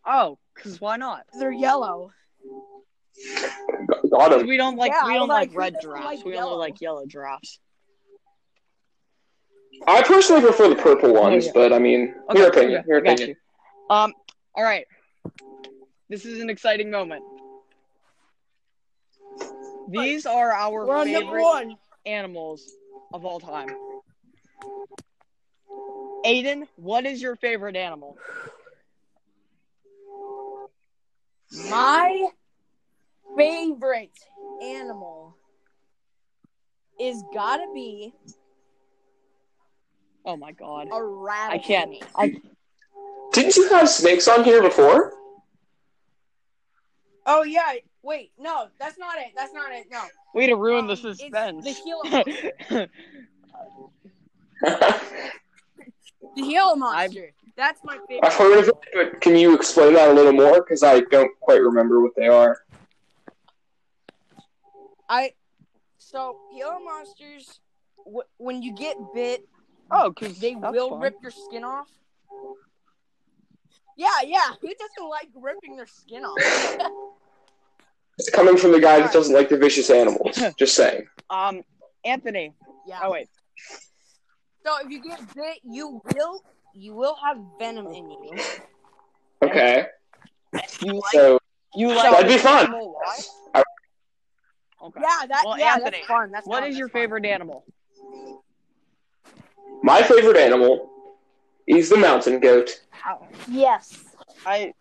Speaker 2: Oh, cause why not?
Speaker 3: they're yellow.
Speaker 4: G- Got him.
Speaker 2: We don't like
Speaker 3: Yeah,
Speaker 2: we don't
Speaker 3: I'm
Speaker 2: like,
Speaker 3: like, who
Speaker 2: red
Speaker 3: doesn't
Speaker 2: giraffes.
Speaker 3: like
Speaker 2: we only
Speaker 3: yellow?
Speaker 2: like yellow giraffes.
Speaker 4: I personally prefer the purple ones,
Speaker 2: yeah.
Speaker 4: but I mean,
Speaker 2: Okay,
Speaker 4: your opinion.
Speaker 2: yeah,
Speaker 4: Your
Speaker 2: got
Speaker 4: opinion.
Speaker 2: you. Um. All right. This is an exciting moment. These are our
Speaker 3: We're on number
Speaker 2: favorite
Speaker 3: one.
Speaker 2: animals of all time. Aiden, what is your favorite animal?
Speaker 3: My favorite animal is gotta be
Speaker 2: Oh my god.
Speaker 3: a rattlesnake.
Speaker 2: I
Speaker 4: Didn't you have snakes on here before?
Speaker 3: Oh yeah. Wait, no, that's not it. That's not it. No.
Speaker 2: Way to ruin the
Speaker 3: Um, it's
Speaker 2: suspense.
Speaker 3: The Gila,
Speaker 4: I've
Speaker 3: the Gila monster. That's my favorite.
Speaker 4: heard of it, but can you explain that a little more? Because I don't quite remember what they are.
Speaker 3: I so Gila monsters. Wh- when you get bit,
Speaker 2: oh, because
Speaker 3: they will rip your skin off. Yeah, yeah. Who doesn't like ripping their skin off?
Speaker 4: It's coming from the guy that doesn't like the vicious animals. Just saying.
Speaker 2: Um, Anthony.
Speaker 3: Yeah.
Speaker 2: Oh wait.
Speaker 3: So if you get bit, you will you will have venom in you.
Speaker 4: Okay,
Speaker 2: You like
Speaker 4: so
Speaker 2: you like
Speaker 4: that'd be fun.
Speaker 2: animal life? Okay.
Speaker 3: Yeah, that
Speaker 2: Well,
Speaker 3: yeah,
Speaker 2: Anthony,
Speaker 3: that's fun. That's
Speaker 2: What
Speaker 3: fun,
Speaker 2: is
Speaker 3: that's
Speaker 2: your
Speaker 3: fun.
Speaker 2: favorite animal?
Speaker 4: My favorite animal is the mountain goat.
Speaker 1: Yes.
Speaker 2: I.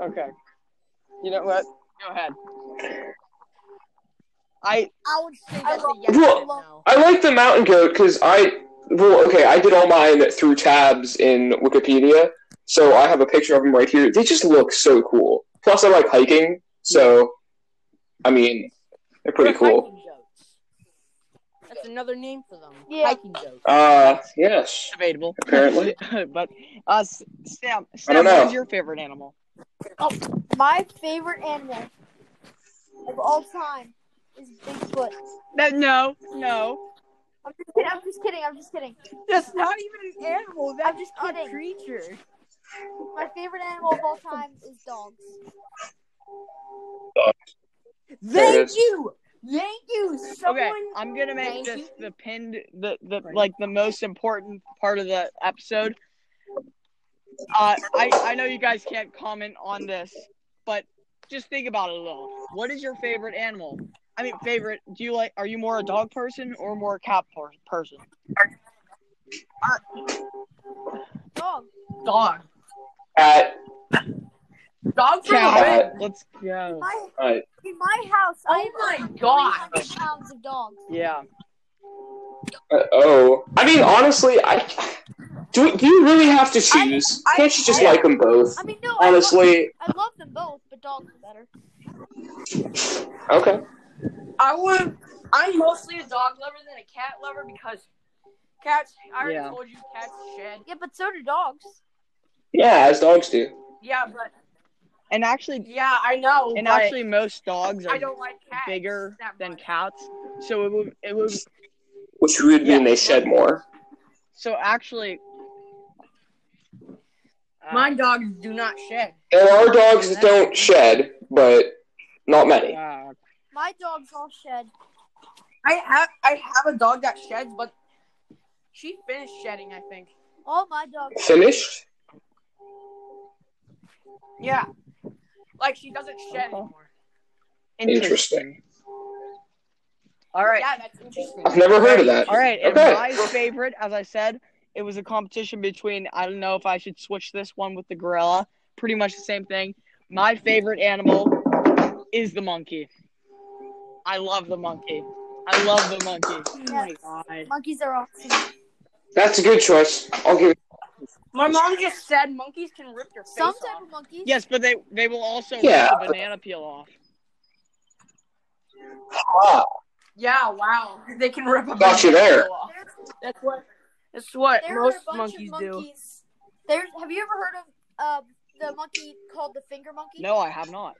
Speaker 2: Okay. You know what? Go ahead. I
Speaker 3: I would say
Speaker 1: I
Speaker 3: that's a
Speaker 1: love-
Speaker 3: yes
Speaker 4: Well-
Speaker 3: and no.
Speaker 4: I like the mountain goat because I well okay I did all mine through tabs in Wikipedia, so I have a picture of them right here. They just look so cool. Plus, I like hiking, so I mean they're pretty
Speaker 3: They're
Speaker 4: cool.
Speaker 3: hiking goats. That's another name for them.
Speaker 1: Yeah.
Speaker 3: Hiking goats.
Speaker 4: Uh yes,
Speaker 2: debatable.
Speaker 4: apparently.
Speaker 2: but uh, S- Sam,
Speaker 4: I
Speaker 2: Sam,
Speaker 4: don't
Speaker 2: what
Speaker 4: know.
Speaker 2: is your favorite animal?
Speaker 1: My favorite animal of all time is Bigfoot.
Speaker 2: No, no, no.
Speaker 1: I'm just kidding. I'm just kidding. I'm just kidding.
Speaker 3: That's not even an animal.
Speaker 1: that's just a
Speaker 3: creature.
Speaker 1: My favorite animal of all time is dogs.
Speaker 4: There it
Speaker 3: Thank
Speaker 4: is.
Speaker 3: you. Thank you. Someone
Speaker 2: Okay, I'm gonna make
Speaker 3: Thank
Speaker 2: this the pinned, the the
Speaker 5: Right.
Speaker 2: like the most important part of the episode. Uh, I I know you guys can't comment on this, but just think about it a little. What is your favorite animal? I mean, favorite? Do you like? Are you more a dog person or more a cat por- person?
Speaker 1: Dog.
Speaker 5: Dog.
Speaker 4: Cat,
Speaker 5: Dog for
Speaker 2: Cat.
Speaker 5: the win.
Speaker 4: cat.
Speaker 2: Let's go.
Speaker 1: My,
Speaker 4: All right.
Speaker 1: in my house,
Speaker 5: Oh
Speaker 1: I
Speaker 5: my
Speaker 1: have over
Speaker 5: God.
Speaker 1: 300 pounds of dogs.
Speaker 2: Yeah.
Speaker 4: Uh, oh, I mean honestly, I do. we- Do you really have to choose?
Speaker 3: I-
Speaker 4: Can't you just
Speaker 3: I-
Speaker 4: like them both?
Speaker 1: I mean, no, I love,
Speaker 4: Honestly,
Speaker 1: I love them both, but dogs are better.
Speaker 4: okay.
Speaker 3: I would. I'm mostly a dog lover than a cat lover because cats. I already
Speaker 2: Yeah.
Speaker 3: told you cats shed.
Speaker 1: Yeah, but so do dogs.
Speaker 4: Yeah, as dogs do.
Speaker 3: Yeah, but
Speaker 2: And actually,
Speaker 3: yeah, I know.
Speaker 2: and
Speaker 3: but
Speaker 2: actually, most dogs
Speaker 3: I
Speaker 2: are
Speaker 3: don't like cats
Speaker 2: bigger
Speaker 3: that
Speaker 2: than
Speaker 3: much.
Speaker 2: cats, so it would it would
Speaker 4: Which would mean
Speaker 2: Yeah.
Speaker 4: they shed more.
Speaker 2: so actually. uh,
Speaker 3: My dogs do not shed.
Speaker 4: There are dogs that don't shed, but not many.
Speaker 2: uh,
Speaker 1: My dogs all shed.
Speaker 3: I have I have a dog that sheds, but she finished shedding. I think.
Speaker 1: All my dogs.
Speaker 4: Finished?
Speaker 3: Yeah, like she doesn't shed
Speaker 2: Okay.
Speaker 3: anymore.
Speaker 4: Interesting.
Speaker 2: All right.
Speaker 3: Yeah, that's interesting.
Speaker 4: I've never heard of that.
Speaker 2: All right. And
Speaker 4: Okay.
Speaker 2: my favorite, as I said, it was a competition between, I don't know if I should switch this one with the gorilla. Pretty much the same thing. My favorite animal is the monkey. I love the monkey. I love the monkey.
Speaker 5: Oh my god.
Speaker 1: Monkeys are awesome.
Speaker 4: That's a good choice. I'll give.
Speaker 3: My mom just said monkeys can rip your face
Speaker 1: Some
Speaker 3: off.
Speaker 1: type of monkeys.
Speaker 2: Yes, but they they will also
Speaker 4: Yeah.
Speaker 2: rip the banana peel off.
Speaker 4: Ah,
Speaker 3: Yeah, wow. They can rip a
Speaker 4: Got you
Speaker 3: banana
Speaker 4: there.
Speaker 3: peel off. That's what that's what
Speaker 1: There
Speaker 3: most
Speaker 1: are a bunch
Speaker 3: monkeys,
Speaker 1: of monkeys. There's. Have you ever heard of uh, the monkey called the finger monkey?
Speaker 2: No, I have not.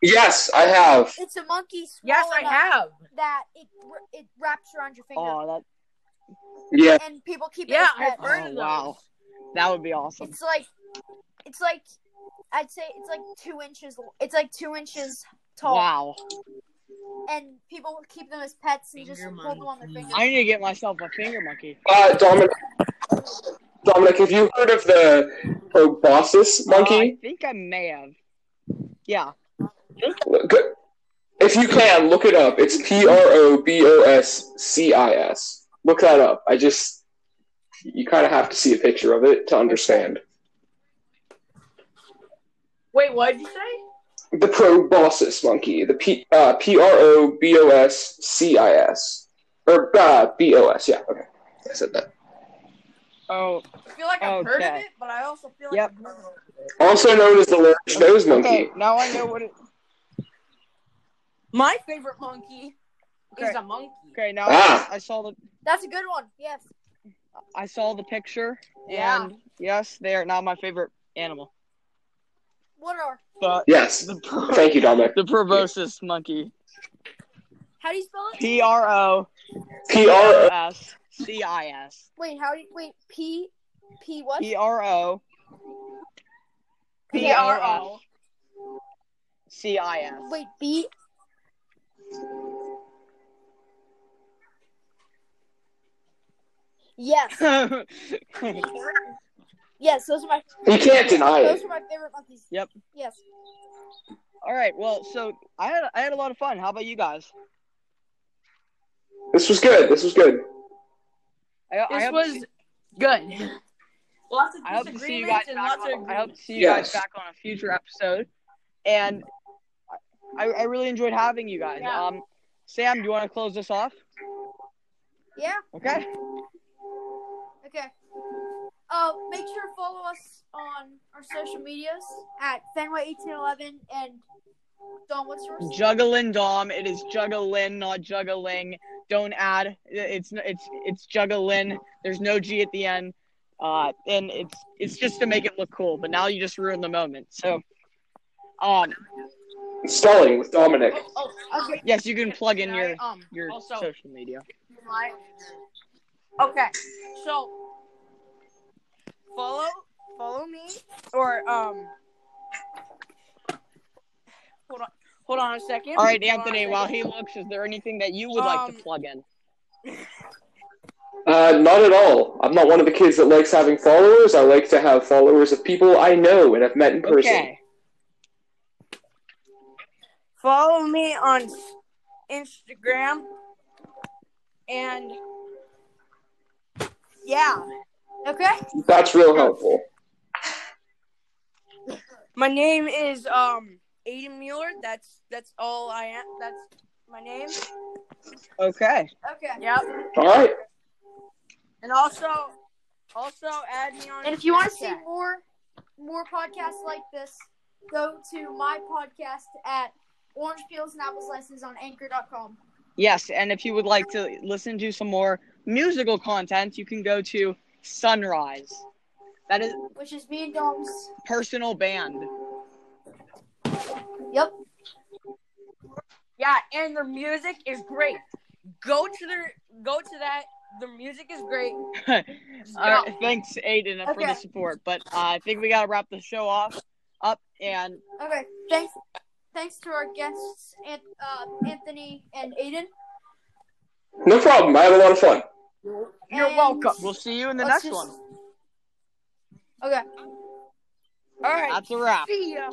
Speaker 4: yes, I have.
Speaker 1: It's a monkey.
Speaker 3: do. Yes,
Speaker 1: small
Speaker 3: I
Speaker 1: enough
Speaker 3: have.
Speaker 1: That it it wraps around your finger,
Speaker 2: Oh, that
Speaker 4: Yeah.
Speaker 1: and people keep
Speaker 3: Yeah,
Speaker 1: it as
Speaker 3: I've
Speaker 1: pets.
Speaker 3: heard
Speaker 2: Oh,
Speaker 3: of
Speaker 2: wow.
Speaker 3: those.
Speaker 2: that would be awesome.
Speaker 1: It's like, it's like, I'd say it's like two inches. It's like two inches tall,
Speaker 2: Wow.
Speaker 1: and people will keep them as pets and just
Speaker 5: Finger
Speaker 1: hold them on their
Speaker 5: monkey.
Speaker 1: fingers.
Speaker 2: I need to get myself a finger monkey.
Speaker 4: Uh, Dominic. Dominic, have you heard of the proboscis
Speaker 2: Uh,
Speaker 4: monkey?
Speaker 2: I think I may have. Yeah.
Speaker 4: Look- If you can, look it up. It's P R O B O S C I S. Look that up. I just. You kind of have to see a picture of it to understand.
Speaker 3: Wait, what did you say?
Speaker 4: The proboscis monkey. The P uh, P R O B O S C I S. Or uh, B O S, yeah, okay. I said that.
Speaker 2: Oh,
Speaker 3: I feel like I've heard of
Speaker 2: Okay.
Speaker 3: it, but I also feel like
Speaker 2: Yep.
Speaker 3: I've never heard of it.
Speaker 4: Also known as the large nose monkey.
Speaker 2: okay. Now I know what. It,
Speaker 3: My favorite monkey
Speaker 2: Okay.
Speaker 3: is a monkey.
Speaker 2: okay, now
Speaker 4: Ah.
Speaker 2: I, I saw the
Speaker 1: That's a good one. Yes.
Speaker 2: I saw the picture,
Speaker 3: Yeah.
Speaker 2: and yes, they are not my favorite animal,
Speaker 1: What are?
Speaker 2: but
Speaker 4: Yes.
Speaker 2: the pro-
Speaker 4: Thank you, Dominic.
Speaker 2: the proboscis monkey.
Speaker 1: How do you spell it?
Speaker 2: P R O
Speaker 4: P R
Speaker 2: S C I S.
Speaker 1: Wait, how do you wait? P, P what?
Speaker 2: P R O
Speaker 1: P R
Speaker 3: O.
Speaker 2: C I S.
Speaker 1: Wait, B. Yes, yes. Those are my.
Speaker 4: You can't deny
Speaker 1: Those
Speaker 4: it.
Speaker 1: are my favorite monkeys.
Speaker 2: Yep.
Speaker 1: Yes.
Speaker 2: All right. Well, so I had I had a lot of fun. How about you guys?
Speaker 4: This was good. This was good.
Speaker 2: I, I
Speaker 3: This
Speaker 2: hope
Speaker 3: was good. Lots
Speaker 2: I hope
Speaker 3: of
Speaker 2: to see you guys
Speaker 3: disagreements and
Speaker 2: back
Speaker 3: lots of
Speaker 2: on, I hope
Speaker 3: agreements.
Speaker 2: to see you
Speaker 4: Yes.
Speaker 2: guys back on a future episode. And I, I really enjoyed having you guys.
Speaker 3: Yeah.
Speaker 2: Um, Sam, do you want to close this off?
Speaker 1: Yeah.
Speaker 2: Okay.
Speaker 1: Okay. Uh, make sure to follow us on our social medias at Fenway1811 and Don, what's yours?
Speaker 2: Juggling Dom. It is juggling, not juggling. Don't add. It's it's it's juggling. There's no G at the end. Uh, and it's it's just to make it look cool. But now you just ruined the moment. So, um,
Speaker 4: Stalling with Dominic.
Speaker 3: Oh, oh,
Speaker 1: Okay.
Speaker 2: yes, you can plug in your
Speaker 3: um,
Speaker 2: your
Speaker 3: also,
Speaker 2: social media.
Speaker 3: my- okay, so follow follow me or um. Hold on, hold on a second.
Speaker 2: All right,
Speaker 3: Hold on a
Speaker 2: Anthony.
Speaker 3: second.
Speaker 2: While he looks, is there anything that you would like
Speaker 3: Um,
Speaker 2: to plug in?
Speaker 4: Uh, not at all. I'm not one of the kids that likes having followers. I like to have followers of people I know and have met in person.
Speaker 2: Okay.
Speaker 3: follow me on s- Instagram and yeah,
Speaker 1: Okay.
Speaker 4: That's real helpful.
Speaker 3: my name is um Aiden Mueller. That's that's all I am. That's my name.
Speaker 2: Okay.
Speaker 1: Okay.
Speaker 3: Yep.
Speaker 4: All right.
Speaker 3: And also, also add me on.
Speaker 1: And if you want to see
Speaker 3: Snapchat.
Speaker 1: more more podcasts like this, go to my podcast at Orange Peels and Apple Slices on Anchor.com.
Speaker 2: Yes, and if you would like to listen to some more musical content, you can go to Sunrise. That is
Speaker 1: Which is me and Dom's.
Speaker 2: personal band.
Speaker 1: Yep.
Speaker 3: yeah, and their music is great. Go to their, go to that. The music is great.
Speaker 2: All
Speaker 3: Just go.
Speaker 2: right, thanks, Aiden, for
Speaker 1: Okay.
Speaker 2: the support. But uh, I think we gotta wrap the show off up and
Speaker 1: Okay. Thanks. Thanks to our guests, An- uh, Anthony and Aiden.
Speaker 4: No problem. I had a lot of fun.
Speaker 3: You're
Speaker 1: And-
Speaker 3: welcome.
Speaker 2: we'll see you in the
Speaker 1: Let's
Speaker 2: next
Speaker 1: just-
Speaker 2: one.
Speaker 1: Okay.
Speaker 3: All right.
Speaker 2: That's a wrap.
Speaker 3: See ya.